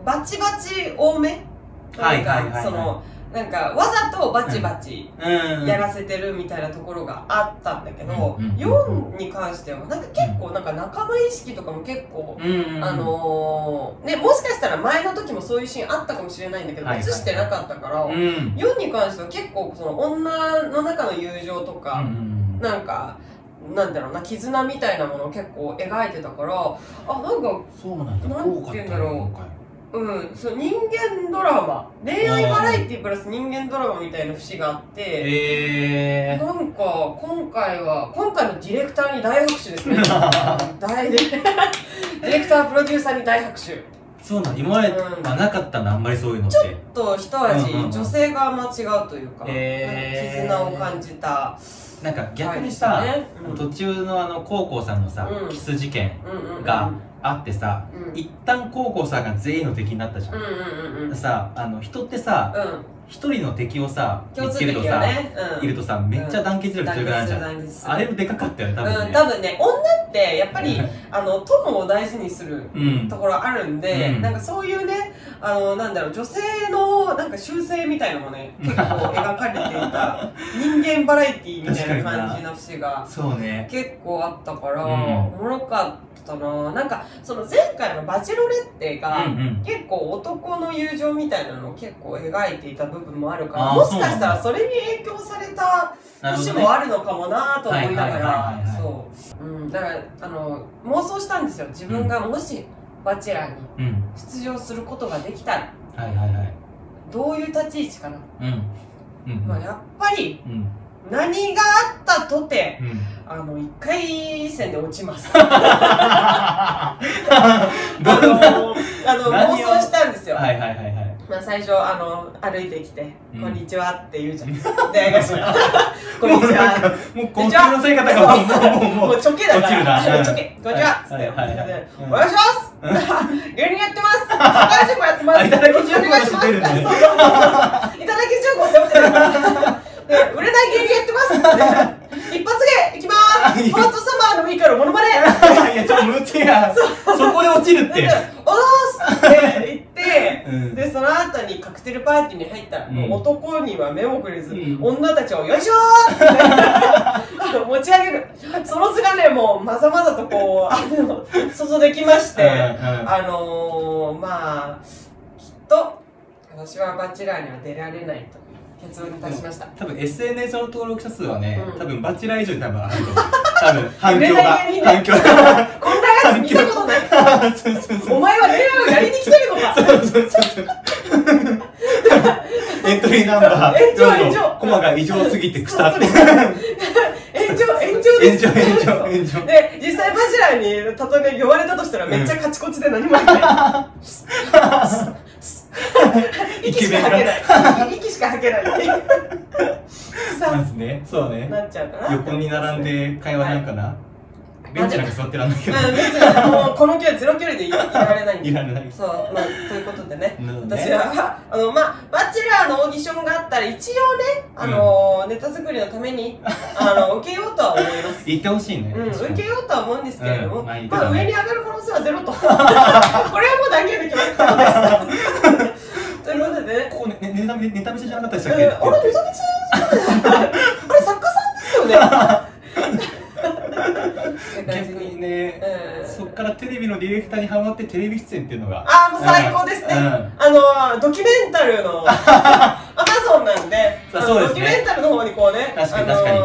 Speaker 2: バチバチ多め
Speaker 1: は
Speaker 2: なん
Speaker 1: いはいはいは
Speaker 2: か
Speaker 1: い
Speaker 2: そのなんかわざとバチバチ
Speaker 1: うん
Speaker 2: やらせてるみたいなところがあったんだけど、
Speaker 1: うんうん
Speaker 2: 4に関してはなんか結構なんか仲間意識とかも結構、
Speaker 1: うん
Speaker 2: あのーねもしかしたら前の時もそういうシーンあったかもしれないんだけど、
Speaker 1: はいはい
Speaker 2: 映してなかったから、
Speaker 1: うん
Speaker 2: 4に関しては結構その女の中の友情と
Speaker 1: う
Speaker 2: か、
Speaker 1: ん
Speaker 2: なんかなんだろうな絆みたいなものを結構描いてたからあなんか
Speaker 1: そうなんだ
Speaker 2: なんて言うんだろう
Speaker 1: 豪華っ
Speaker 2: うんそう人間ドラマ恋愛バラエティプラス人間ドラマみたいな節があって、
Speaker 1: ええ
Speaker 2: なんか今回は今回のディレクターに大拍手ですね 大でディレクタープロデューサーに大拍手ち
Speaker 1: そうなん今まではなかったんだあんまりそういうのって
Speaker 2: ょっと一味
Speaker 1: うんうんうん
Speaker 2: 女性側間違うというか、
Speaker 1: へー
Speaker 2: なんか絆を感じた
Speaker 1: なんか逆にさ、
Speaker 2: 回ですねうん
Speaker 1: 途中のあの高校さんのさ、
Speaker 2: うん
Speaker 1: キス事件
Speaker 2: うんうんうん
Speaker 1: があってさ
Speaker 2: うん
Speaker 1: 一旦高校さんが全員の敵になったじゃ
Speaker 2: うん
Speaker 1: ん、
Speaker 2: うんうんうん
Speaker 1: さあの人ってさ
Speaker 2: う
Speaker 1: 一人の敵をさ
Speaker 2: ん、
Speaker 1: 見
Speaker 2: 共
Speaker 1: つけ
Speaker 2: 通敵
Speaker 1: ると
Speaker 2: よ
Speaker 1: さ、
Speaker 2: ね。うん、
Speaker 1: いるとさめっちゃ団結力
Speaker 2: 団
Speaker 1: 強く
Speaker 2: 結
Speaker 1: なる
Speaker 2: す
Speaker 1: じゃ
Speaker 2: る
Speaker 1: ん、
Speaker 2: 団結する
Speaker 1: あれもでかかったよね多分ね、
Speaker 2: うん、多分ね、女ってやっ ぱり、あの友を大事にする
Speaker 1: うん
Speaker 2: ところあるんで、
Speaker 1: うん
Speaker 2: なんかそういうね、あのなんだろう女性のなんか修正みたいのもね、結構描かれてい た人間バラエティみたいな感じの節が
Speaker 1: そうね
Speaker 2: 結構あったから、
Speaker 1: うん
Speaker 2: おもろかったな。なんかその前回のバチェロレッテが、
Speaker 1: うんうん
Speaker 2: 結構男の友情みたいなのを結構描いていた部分もあるから
Speaker 1: あー
Speaker 2: もしかしたら
Speaker 1: そ
Speaker 2: それに影響された
Speaker 1: なるほ
Speaker 2: 節
Speaker 1: ど
Speaker 2: も
Speaker 1: ね
Speaker 2: あるのかもなと思いな
Speaker 1: はいはいは
Speaker 2: が
Speaker 1: いはい
Speaker 2: ら
Speaker 1: はい
Speaker 2: そう、うん、だからあの妄想したんですよ自分がもし「バチェラー」に
Speaker 1: うん
Speaker 2: 出場することができたら
Speaker 1: はいはいはい
Speaker 2: どういう立ち位置かな、
Speaker 1: うんうん
Speaker 2: まあ、やっぱり
Speaker 1: うん
Speaker 2: 何があったとて
Speaker 1: うん
Speaker 2: あの一回戦で落ちます
Speaker 1: は
Speaker 2: あのあの
Speaker 1: 何を
Speaker 2: 妄想したんです
Speaker 1: い
Speaker 2: よ、
Speaker 1: はいはいはい
Speaker 2: まあ、最初あの歩いてきて「
Speaker 1: うん
Speaker 2: こんにちは」って言うじゃん 出会い頭こんにちは」
Speaker 1: もう高級のせい方がもうもうもう
Speaker 2: もうチョケだか
Speaker 1: 落
Speaker 2: ら、チ
Speaker 1: ち
Speaker 2: ョ
Speaker 1: る
Speaker 2: ケ、こんにちはっつっ
Speaker 1: はい
Speaker 2: て、
Speaker 1: はいはいはい
Speaker 2: お願いします芸人やってます大丈夫やってます
Speaker 1: あいただき情報
Speaker 2: お願いしま
Speaker 1: 出
Speaker 2: す
Speaker 1: るね
Speaker 2: そうそうそうそういただき情報背負ってるで売れない芸人やってます一発芸いきまーすファーストサマーのいいからモノマネ
Speaker 1: いやちょっと無知やそこで落ちるっ
Speaker 2: で
Speaker 1: て
Speaker 2: おーすって言って
Speaker 1: うん
Speaker 2: でその後にカクテルパーティーに入ったら、もう男には目もくれず、
Speaker 1: うん
Speaker 2: 女たちを「よいしょー!」ってあの持ち上げるその図がねもうまざまざとこうあの注できまして、
Speaker 1: うん
Speaker 2: あのー、まあきっと私はバチェラーには出られないという結論に達しました。
Speaker 1: 多分 SNS の登録者数はね、
Speaker 2: うん
Speaker 1: 多分バチェラー以上に多分あると思う多分 反響が
Speaker 2: 売れな
Speaker 1: 反響が
Speaker 2: こんなやつ見たこ とない
Speaker 1: そうそうそう
Speaker 2: お前は恋愛をやりに来てるのか
Speaker 1: そうそうそうそうエントリーナンバーど
Speaker 2: 炎上
Speaker 1: んどん
Speaker 2: 炎上
Speaker 1: コマが異常すぎて腐って
Speaker 2: 炎上炎上です
Speaker 1: 炎上炎上炎上
Speaker 2: で実際バジラーにたとえ呼ばれたとしたらめっちゃカチコチで何も言って ない息しか吐けない息しか吐けないっていう
Speaker 1: なん
Speaker 2: さ
Speaker 1: ですねそう
Speaker 2: あ
Speaker 1: ね
Speaker 2: なっちゃうかな
Speaker 1: 横に並んで会話なんかな、ベンチなんか座ってらんないけ
Speaker 2: うん
Speaker 1: ど
Speaker 2: 別にもうこの距離ゼロ距離でいいられないん
Speaker 1: い
Speaker 2: で
Speaker 1: らない
Speaker 2: そうまあということでね
Speaker 1: なの
Speaker 2: 私は、あの、まあ、バチェラーのオーディションがあったら、一応ね、あの、ネタ作りのために、あの、受けようとは思います。
Speaker 1: 言ってほしいね、
Speaker 2: うん、
Speaker 1: 確か
Speaker 2: 受
Speaker 1: に
Speaker 2: けようとは思うんですけれども、
Speaker 1: うんま
Speaker 2: ま
Speaker 1: あ
Speaker 2: あ
Speaker 1: いいけどね
Speaker 2: 上に上がる可能性はゼロ とこれはもう断言できますことですということでね
Speaker 1: ここねねネタ見ネタ見せじゃなかったでしたっけ、
Speaker 2: うんあれめちゃめちゃあれ作家さんですよねって感じ
Speaker 1: 逆にね、
Speaker 2: うん
Speaker 1: そっからテレビのディレクターにハマってテレビ出演っていうのが
Speaker 2: ああもう最高ですね、
Speaker 1: うん
Speaker 2: あのドキュメンタルのアマゾンなんで
Speaker 1: そう
Speaker 2: あの
Speaker 1: そうですね
Speaker 2: ドキュメンタルの方にこうね
Speaker 1: 確かに
Speaker 2: あの
Speaker 1: 確かに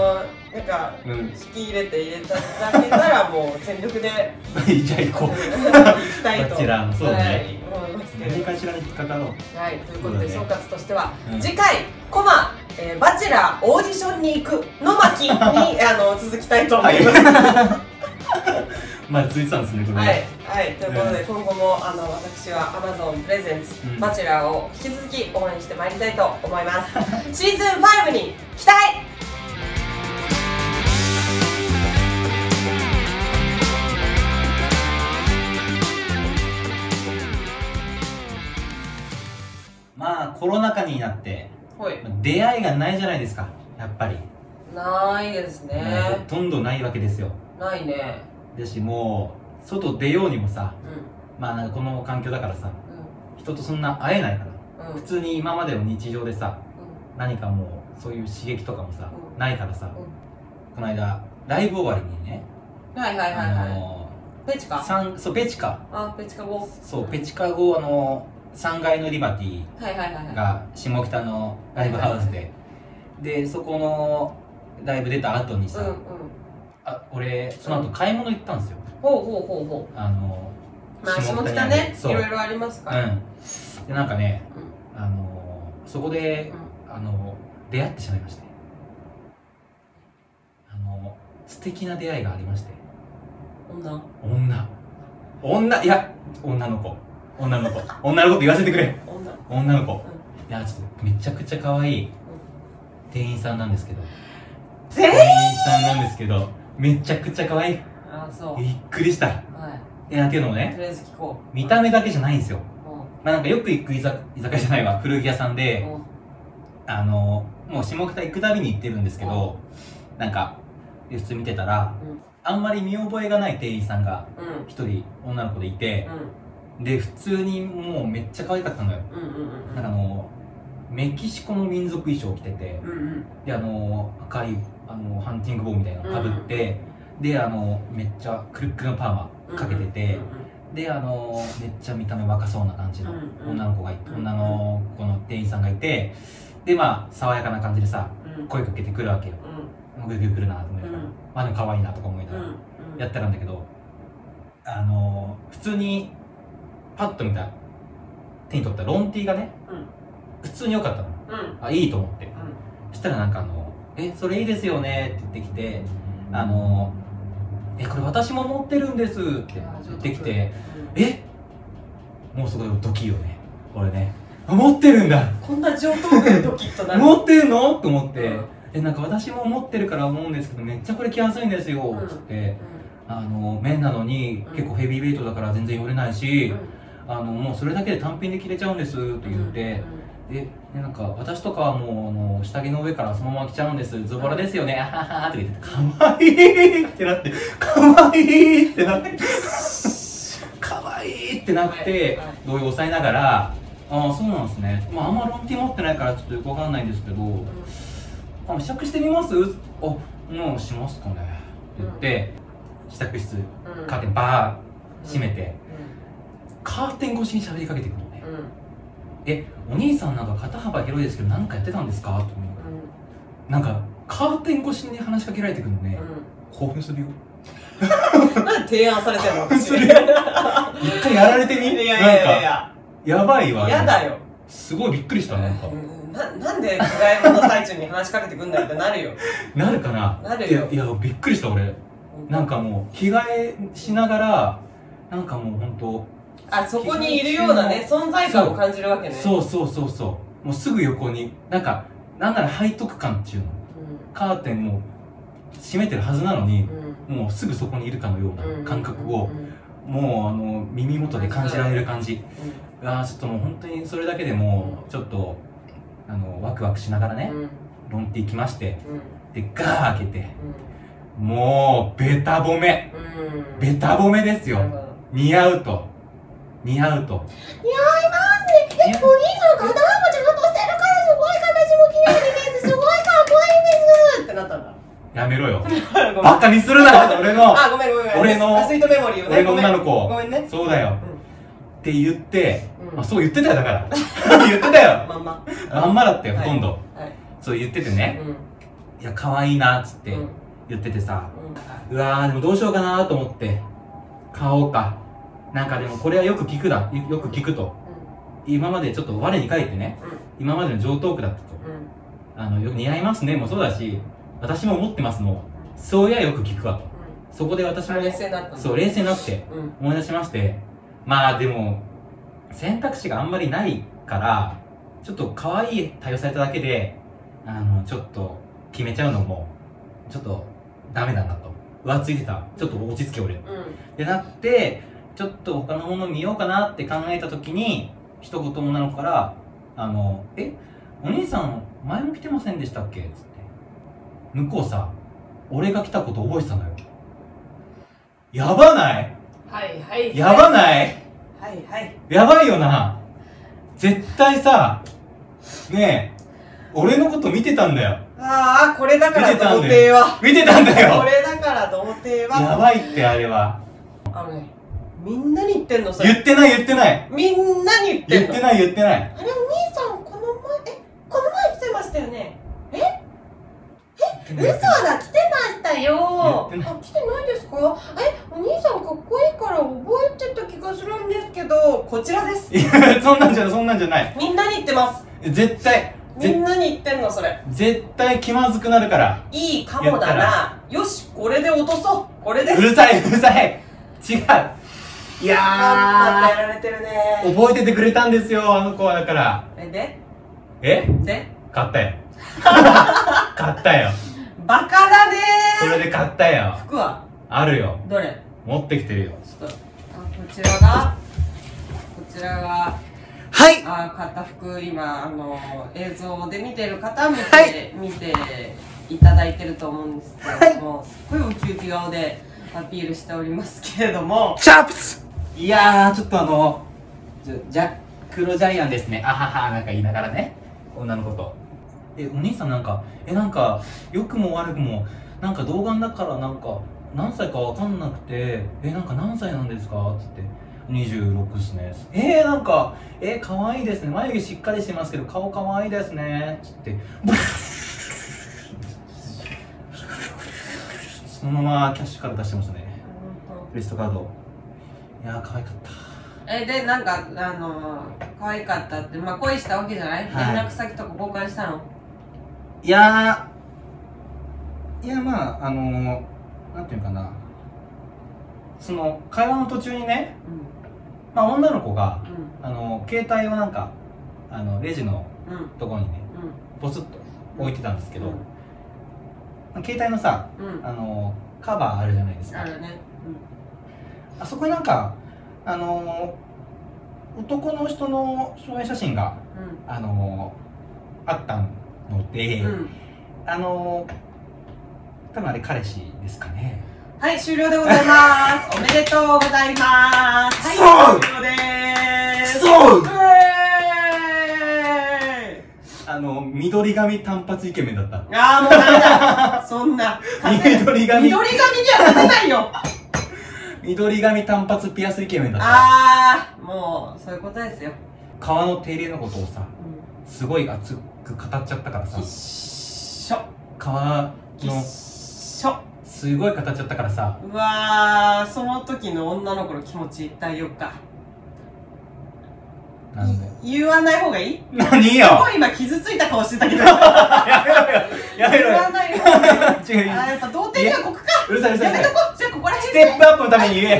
Speaker 2: なんか
Speaker 1: うん、うん、
Speaker 2: 引き入れて入れただけたらもう全力で
Speaker 1: じゃあ行こ
Speaker 2: 行
Speaker 1: う
Speaker 2: きたいと
Speaker 1: バチェラーのそうね
Speaker 2: はい、思いますけど
Speaker 1: 何かしらにかかろう
Speaker 2: はい、ということで、
Speaker 1: そ
Speaker 2: 総
Speaker 1: うだね
Speaker 2: 括としては、
Speaker 1: うん
Speaker 2: 次回コマ、えーバチェラーオーディションに行く」の 巻にあの続きたいと思います。はい
Speaker 1: まあ続いてたんですねこれね
Speaker 2: はい、ということで、今後もあの私は Amazon プレゼンツ、
Speaker 1: うん
Speaker 2: バチェラーを引き続き応援してまいりたいと思 いますシーズン5に期待
Speaker 1: 中になって
Speaker 2: はい
Speaker 1: 出会いがないじゃないですかやっぱり、
Speaker 2: ないです
Speaker 1: もうほ
Speaker 2: ね
Speaker 1: とんどないわけですよ
Speaker 2: ないね
Speaker 1: だしもう外出ようにもさ
Speaker 2: うん
Speaker 1: まあなんかこの環境だからさ人とそんな会えないから
Speaker 2: うんうん
Speaker 1: 普通に今までの日常でさ
Speaker 2: う
Speaker 1: 何かもうそういう刺激とかもさ、
Speaker 2: う
Speaker 1: ないからさ、
Speaker 2: うん
Speaker 1: この間ライブ終わりにね、
Speaker 2: んはいはいはい
Speaker 1: あ
Speaker 2: は
Speaker 1: の
Speaker 2: いペチ
Speaker 1: ー
Speaker 2: カ
Speaker 1: さんそうペチカ
Speaker 2: あペチカゴ
Speaker 1: そうペチカ後あの3階のリバティ
Speaker 2: はいはいはいはい
Speaker 1: が下北のライブハウスで、でそこのライブ出た後にさ、
Speaker 2: うんうん
Speaker 1: あ俺その後買い物行ったんですよ、
Speaker 2: ほうほうほうほ
Speaker 1: あの
Speaker 2: うまあ下
Speaker 1: に
Speaker 2: 北
Speaker 1: ある
Speaker 2: ねい
Speaker 1: そう
Speaker 2: ろいろありますから
Speaker 1: うんでなんかね、あのそこであの出会ってしまいましてあの素敵な出会いがありまして
Speaker 2: 女
Speaker 1: 女女いや女の子女の子女の子って言わせてくれ
Speaker 2: 女
Speaker 1: 女の子、いやちょっとめちゃくちゃ可愛い店員さんなんですけど
Speaker 2: 全
Speaker 1: 店
Speaker 2: 員
Speaker 1: 員さんなんですけどめちゃくちゃ可愛い
Speaker 2: あそう
Speaker 1: びっくりした
Speaker 2: はい
Speaker 1: やっていうのも
Speaker 2: い
Speaker 1: ね
Speaker 2: とりあえず聞こう
Speaker 1: 見た目だけじゃないんですよ
Speaker 2: うん
Speaker 1: まあなんかよく行く居酒居酒屋じゃないわ古着屋さんで、
Speaker 2: うん
Speaker 1: あのもう下北行くたびに行ってるんですけど、なんか普通見てたら、
Speaker 2: うん
Speaker 1: あんまり見覚えがない店員さんが
Speaker 2: うん
Speaker 1: 一人女の子でいて、
Speaker 2: う
Speaker 1: で普通にもうめっちゃ可愛かったのよ、
Speaker 2: んうんうんうん
Speaker 1: なんかあのメキシコの民族衣装を着てて
Speaker 2: うんうん
Speaker 1: であの赤いあのハンティング帽みたいなのかぶって、であのめっちゃくるっくるのパーマかけてて、であのめっちゃ見た目若そうな感じの
Speaker 2: うんうん
Speaker 1: 女の子がいて、
Speaker 2: うん
Speaker 1: 女の子の店員さんがいてでまあ爽やかな感じでさ
Speaker 2: うんうん
Speaker 1: 声かけてくるわけよグイグイ来るなと思いながら、
Speaker 2: うん
Speaker 1: まあでも可愛いなとか思いな
Speaker 2: う
Speaker 1: がら
Speaker 2: んうん
Speaker 1: やってたんだけど、あの普通にパッと見た手に取ったロンティーがね、
Speaker 2: うん
Speaker 1: 普通に良かったの
Speaker 2: うん
Speaker 1: あいいと思って
Speaker 2: うん
Speaker 1: そしたらなんかあの「えそれいいですよね」って言ってきて「あのえこれ私も持ってるんです」って言ってきて。えもうそこでドキよね俺ねあ持ってるんだ
Speaker 2: こんな上等部にドキッとなる
Speaker 1: 持ってるのと思っ
Speaker 2: う
Speaker 1: て
Speaker 2: ん
Speaker 1: えなんか私も持ってるから思うんですけどめっちゃこれ着やすいんですよ
Speaker 2: うん
Speaker 1: つってあの綿なのに
Speaker 2: うん
Speaker 1: 結構ヘビーウェイトだから全然よれない
Speaker 2: うん
Speaker 1: し
Speaker 2: うん
Speaker 1: あのもうそれだけで単品で着れちゃうんですって言ってででなんか私とかはもうあの下着の上からそのまま着ちゃうんですズボラですよねあはははって言ってかわいいってなってかわいいってな ってかわいいってなって
Speaker 2: はいはい
Speaker 1: 動揺を抑えながらああそうなんですね、まあ、あんまロンティ持ってないからちょっとよくわかんないんですけどあ試着してみますあもうしますかねって言って試着室
Speaker 2: うんうん
Speaker 1: カーテンバー閉めて
Speaker 2: う
Speaker 1: カーテン越しに喋りかけてくるのね
Speaker 2: んうん
Speaker 1: えお兄さんなんか肩幅広いですけど何かやってたんですかと思う
Speaker 2: う
Speaker 1: なんかカーテン越しに話しかけられてくるのね
Speaker 2: ん
Speaker 1: 興奮するよ
Speaker 2: うんなんで提案されてんの私
Speaker 1: それ
Speaker 2: いや
Speaker 1: 一回やられて み
Speaker 2: いや
Speaker 1: な
Speaker 2: い
Speaker 1: んか
Speaker 2: や
Speaker 1: やばいわ
Speaker 2: いややだよ
Speaker 1: すごいびっくりしたなん か
Speaker 2: うんななんで着替え物の最中に話しかけてくんだよってなるよ
Speaker 1: なるかな
Speaker 2: なる
Speaker 1: いや
Speaker 2: よ
Speaker 1: いやびっくりした俺なんかもう着替えしながらなんかもう本当
Speaker 2: あそこにいるようなね存在感を感じるわけね
Speaker 1: そうそうそうそうもうすぐ横になんかなんなら背徳感っていうのカーテンも閉めてるはずなのに
Speaker 2: うんうん
Speaker 1: もうすぐそこにいるかのような感覚を
Speaker 2: うんうんうん
Speaker 1: もうあの耳元で感じられる感じああちょっともう本当にそれだけでもうちょっとあのワクワクしながらね
Speaker 2: うんうん
Speaker 1: ロンティー来まして
Speaker 2: うん
Speaker 1: でガー開けてもうベタ褒め
Speaker 2: うんうん
Speaker 1: ベタ褒めです
Speaker 2: なる
Speaker 1: よ
Speaker 2: ほど
Speaker 1: 似合うと似合うと
Speaker 3: お兄さん肩幅ちゃんとしてるからすごい形
Speaker 1: 似合います
Speaker 3: も綺麗に見えてすごいかっこいいです
Speaker 2: ってなったんだ
Speaker 1: やめろよ
Speaker 2: あごめん
Speaker 1: バカにするな俺の
Speaker 2: あごめんごめん
Speaker 1: 俺の
Speaker 2: あスイートメモリーをね
Speaker 1: 俺の女の
Speaker 2: ご
Speaker 1: 子
Speaker 2: めんごめんね
Speaker 1: そうだよ
Speaker 2: うん
Speaker 1: って言って
Speaker 2: うん
Speaker 1: まあそう言ってたよだから 言ってたよ
Speaker 2: まんま
Speaker 1: まんまだったよ
Speaker 2: はい
Speaker 1: ほとんど
Speaker 2: はい
Speaker 1: そう言ってて
Speaker 2: う
Speaker 1: ね
Speaker 2: ん
Speaker 1: いや可愛いなっつっ
Speaker 2: う
Speaker 1: て
Speaker 2: んうん
Speaker 1: 言っててさうわーでもどうしようかなと思って買おうかなんかでもこれはよく聞くだよよく聞くと今までちょっと我に返ってね今までの上等句だったと
Speaker 2: うんうん
Speaker 1: あのよく似合いますねもそうだし私も思ってますもんそういやよく聞くわとそこで私も
Speaker 2: うん冷静になったんだ
Speaker 1: そう冷静になって
Speaker 2: うん
Speaker 1: 思い出しましてまあでも選択肢があんまりないからちょっと可愛い対応されただけであのちょっと決めちゃうのもちょっとダメだなと浮ついてたちょっと落ち着け俺っ
Speaker 2: うん
Speaker 1: てなってちょっと他のもの見ようかなって考えた時に一言女の子から「あのえお兄さん前も来てませんでしたっけ?」っつって向こうさ俺が来たこと覚えてたのよやばない
Speaker 2: はいはい
Speaker 1: やばない
Speaker 2: はいはい
Speaker 1: やばいよな絶対さねえ俺のこと見てたんだよ
Speaker 2: ああこれだから
Speaker 1: 見てたん
Speaker 2: 童
Speaker 1: だよ
Speaker 2: 貞は
Speaker 1: 見てたんだ
Speaker 2: こ
Speaker 1: よ
Speaker 2: れだから童貞
Speaker 1: や
Speaker 2: は
Speaker 1: ばいってあれは
Speaker 2: あのねみんなに言ってんのそれ
Speaker 1: 言ってない言ってない
Speaker 2: みんなに言ってん
Speaker 1: 言っ
Speaker 2: の
Speaker 1: てない言ってない
Speaker 3: あれお兄さんこの前えこの前来てましたよね嘘だ来てましたよ
Speaker 1: 言って
Speaker 3: あ来てないですかえお兄さんかっこいいから覚えてた気がするんですけど
Speaker 2: こちらです
Speaker 1: いやそんなんじゃそんなんじゃない
Speaker 2: みんなに言ってます
Speaker 1: 絶対
Speaker 2: み
Speaker 1: ぜ
Speaker 2: んなに言ってんのそれ
Speaker 1: 絶対気まずくなるから
Speaker 2: いいかもだなよしこれで落とそうこれで
Speaker 1: うるさいうるさい違うい
Speaker 2: あんた
Speaker 1: や
Speaker 2: やられてる
Speaker 1: ー
Speaker 2: ね
Speaker 1: 覚えててくれたんですよあの子はだから
Speaker 2: えで
Speaker 1: え
Speaker 2: で
Speaker 1: 買った よ買ったよ
Speaker 2: バカだね
Speaker 1: それで買ったよ
Speaker 2: 服は
Speaker 1: あるよ
Speaker 2: どれ
Speaker 1: 持ってきてるよ
Speaker 2: ちょっとあこちらがこちらが
Speaker 1: はい
Speaker 2: あ買った服今あの映像で見てる方見て、
Speaker 1: はい
Speaker 2: 見ていただいてると思うんですけれども、すっごいウキウキ顔でアピールしておりますけれども
Speaker 1: チャップスいやーちょっとあのじゃじゃ黒ジャイアンですねあははなんか言いながらね女の子とえお兄さんなんかえなんか良くも悪くもなんか童顔だからなんか何歳かわかんなくてえなんか何歳なんですかつって26っすねえー、なんかえー、可愛いですね眉毛しっかりしてますけど顔可愛いですねつってブルッそのままキャッシュから出してましたねクレジットカードいやー可愛かった
Speaker 2: えでなんかあの可愛かったってまあ恋したわけじゃない、
Speaker 1: はい
Speaker 2: 連絡先とか交換したの
Speaker 1: いやーいやまああのー、なんていうかなその会話の途中にね、
Speaker 2: う
Speaker 1: まあ、女の子が、
Speaker 2: ん
Speaker 1: あの携帯をなんかあのレジの
Speaker 2: うんうん
Speaker 1: ところにねポツッと置いてたんですけど、
Speaker 2: うん
Speaker 1: 携帯のさ
Speaker 2: うんうん
Speaker 1: あのカバーあるじゃないです
Speaker 2: あ
Speaker 1: か
Speaker 2: るね
Speaker 1: あそこになんかあのー男の人の証明写真が
Speaker 2: う
Speaker 1: あのーあったので、
Speaker 2: んうん、うん、
Speaker 1: あのー多分あれ彼氏ですかね
Speaker 2: はい終了でござ いますおめでとうございますはい終了でーす
Speaker 1: そう
Speaker 2: え
Speaker 1: あの緑髪短髪イケメンだった
Speaker 2: ーいああもうダメ だそんな勝てない
Speaker 1: 緑
Speaker 2: 緑髪に
Speaker 1: 髪
Speaker 2: は勝てないよ
Speaker 1: 緑髪短髪ピアスイケメンだった
Speaker 2: ああもうそういうことですよ、
Speaker 1: 川の手入れのことをさ
Speaker 2: う
Speaker 1: すごい熱く語っちゃったからさ
Speaker 2: ん、きっしょ
Speaker 1: 川
Speaker 2: きっ
Speaker 1: の
Speaker 2: しょ
Speaker 1: すごい語っちゃったからさ
Speaker 2: うわーその時の女の子の気持ち一体よっか
Speaker 1: なんだよ
Speaker 2: 言わない方がいい
Speaker 1: 何
Speaker 2: も
Speaker 1: よ
Speaker 2: う今傷ついた顔してたけど
Speaker 1: やめろよやめ
Speaker 2: 言
Speaker 1: ろよ
Speaker 2: わない方 がいい
Speaker 1: 違う
Speaker 2: あーやっぱ童貞にはここか
Speaker 1: うるさいうるさ
Speaker 2: や
Speaker 1: いうる
Speaker 2: めと
Speaker 1: さい
Speaker 2: こうじゃあここら
Speaker 1: ス
Speaker 2: 辺で
Speaker 1: テップアップのために言え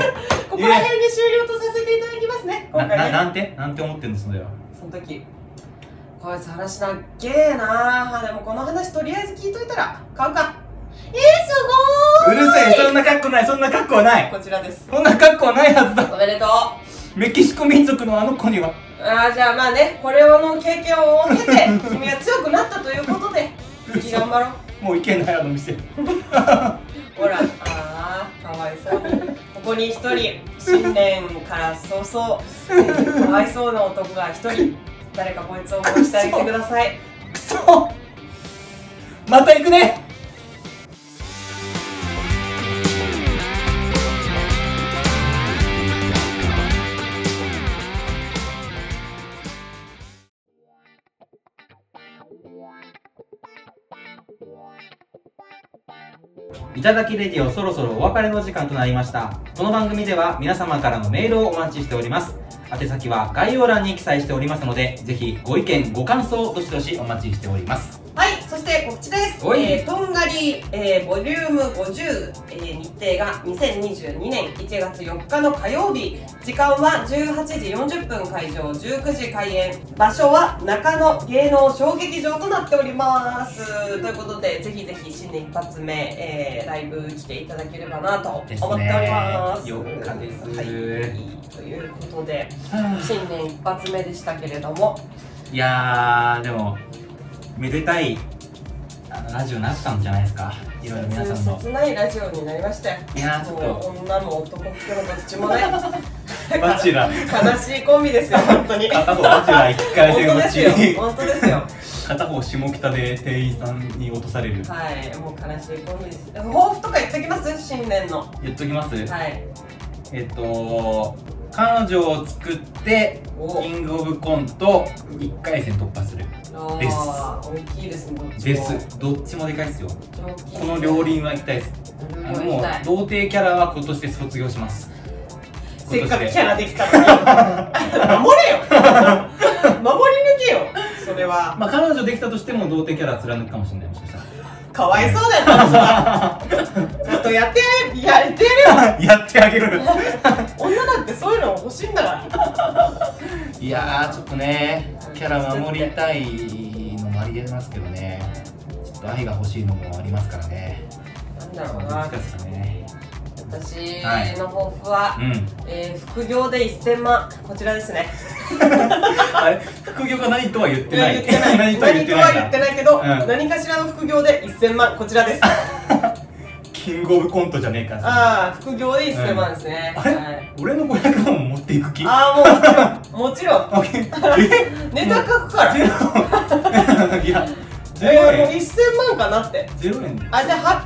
Speaker 2: ここら辺で終了とさせていただきますね
Speaker 1: な
Speaker 2: 今
Speaker 1: な
Speaker 2: 回ね
Speaker 1: なんてなんて思ってんのそれは
Speaker 2: その時こいつ話なっげえなあでもこの話とりあえず聞いといたら買うか
Speaker 3: えすご
Speaker 1: う
Speaker 3: ーい
Speaker 1: るせえそんな格好ないそんな格好はない
Speaker 2: こちらです
Speaker 1: そんな格好はないはずだ
Speaker 2: おめでとうあ
Speaker 1: メキシコ民族のあの子には
Speaker 2: ーじゃあまあねこれの経験を経て君が強くなったということで次頑張ろう
Speaker 1: もう行けないあの店
Speaker 2: ほらあーかわいそうにここに一人新年から早々かわいそうな男が一人誰かこいつを応援してあげてください
Speaker 1: くそまた行くねいただきレディオそろそろお別れの時間となりましたこの番組では皆様からのメールをお待ちしております宛先は概要欄に記載しておりますのでぜひご意見ご感想どしどしお待ちしております
Speaker 2: はい、そして告知です。
Speaker 1: おい
Speaker 2: えー、とんがり、えーボリューム50、えー日程が2022年1月4日の火曜日、時間は18時40分会場、19時開演、場所は中野芸能小劇場となっております。ということで、ぜひぜひ新年一発目、えーライブ来ていただければなと思っております。
Speaker 1: ですねよかです
Speaker 2: はい、ということで、新年一発目でしたけれども、
Speaker 1: いやーでもめでたいあのラジオになったんじゃないですかいろいろ皆さんの
Speaker 2: 切ないラジオになりましたよ
Speaker 1: いやーちょっと
Speaker 2: もう女も男もどっちもね
Speaker 1: バチュラー
Speaker 2: 悲しいコンビですよ本当に
Speaker 1: 片方バチュラー一回戦
Speaker 2: 本当
Speaker 1: 落
Speaker 2: ですよ
Speaker 1: ち
Speaker 2: 本当ですよ
Speaker 1: 片方下北で店員さんに落とされる
Speaker 2: はいもう悲しいコンビです抱負とか言っときます新年のは
Speaker 1: 言っときます、
Speaker 2: い
Speaker 1: えっと彼女を作って
Speaker 2: お
Speaker 1: キングオブコント1回戦突破する
Speaker 2: あ
Speaker 1: です
Speaker 2: ー大きいですねどっちも
Speaker 1: ですどっちもでかいですよ
Speaker 2: どっちも大きいです
Speaker 1: この両輪は行きたいですあのもう童貞キャラは今年で卒業し ます
Speaker 2: せっかくキャラできたのに守れよ守り抜けよそれは
Speaker 1: まあ彼女できたとしても童貞キャラは貫くかもしれないもしかした
Speaker 2: かわいそうだよ彼 女はちゃんとやってやれやれてやれよ
Speaker 1: ら やってあげる
Speaker 2: 女だってそういうの欲しいんだから
Speaker 1: いやーちょっとねキャラ守りたいのもありえますけどねちょっと愛が欲しいのもありますからね
Speaker 2: なんだろう
Speaker 1: 難
Speaker 2: な
Speaker 1: しいですかね
Speaker 2: 私の抱負は、
Speaker 1: うん
Speaker 2: えー副業で1000万こちらですね
Speaker 1: あれ副業が何とは言ってない
Speaker 2: 言ってない
Speaker 1: 何
Speaker 2: 何
Speaker 1: とは言って
Speaker 2: とは
Speaker 1: ない
Speaker 2: 言
Speaker 1: な
Speaker 2: ってないけど、
Speaker 1: うん
Speaker 2: 何かしらの副業で1000万こちらです
Speaker 1: キングオブコントじゃねえか
Speaker 2: ああ副業で1000万ですね、
Speaker 1: あれ
Speaker 2: はい
Speaker 1: 俺の500万も持っていく気
Speaker 2: ああもうもちろんも
Speaker 1: えゼ
Speaker 2: ちろんネタ書くから
Speaker 1: ロい やゼロ
Speaker 2: えー、もう
Speaker 1: 円
Speaker 2: 1000万かなって
Speaker 1: ゼロ円
Speaker 2: あじゃあ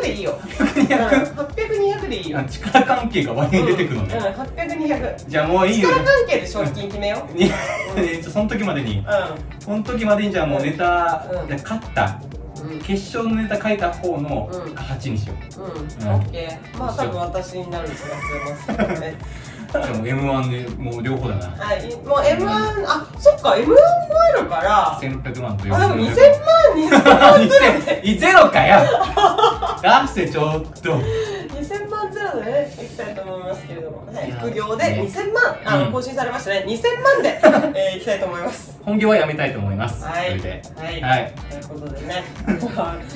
Speaker 2: 800200でいいよ
Speaker 1: 200
Speaker 2: 800200でいいよ
Speaker 1: 力関係が割に出てくの
Speaker 2: うん、
Speaker 1: ね、
Speaker 2: 800200
Speaker 1: じゃあもういいよ
Speaker 2: 力関係で賞金決めよう
Speaker 1: に ちょその時までに
Speaker 2: う
Speaker 1: その時までにじゃあもうネタ、
Speaker 2: うん
Speaker 1: じゃあ勝った
Speaker 2: んうんうん
Speaker 1: 決勝のネタ書いた方の
Speaker 2: うん
Speaker 1: 8にしよう、
Speaker 2: オッケーまあ多分私になる気がしますけ どね
Speaker 1: でも m 1でもう両方だな
Speaker 2: はいもう M1 あそっか M1 もあるから
Speaker 1: 1600万と
Speaker 2: あでも
Speaker 1: 400
Speaker 2: 2000万2000万ずら
Speaker 1: いゼロかよ出してちょっと
Speaker 2: 2000万ずらでねいきたいと思いますけれども、はい
Speaker 1: いや
Speaker 2: 副業で2000万あ
Speaker 1: うん
Speaker 2: の更新されましたね2000 万で、えー、いきたいと思います
Speaker 1: 本業はやめたいと思います、
Speaker 2: はい
Speaker 1: それで
Speaker 2: はい、
Speaker 1: はい
Speaker 2: ということでね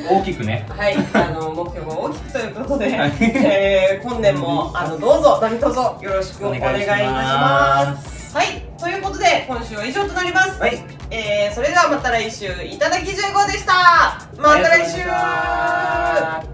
Speaker 1: 大きくね
Speaker 2: はい、あの目標が大きくということで、
Speaker 1: はい
Speaker 2: えー今年 もあのどうぞ何卒よろしくお願いいたします。
Speaker 1: す
Speaker 2: はい、ということで今週は以上となります。
Speaker 1: はい
Speaker 2: えーそれではまた来週いただき15でした。また
Speaker 1: あ
Speaker 2: 来週。
Speaker 1: りがとうございました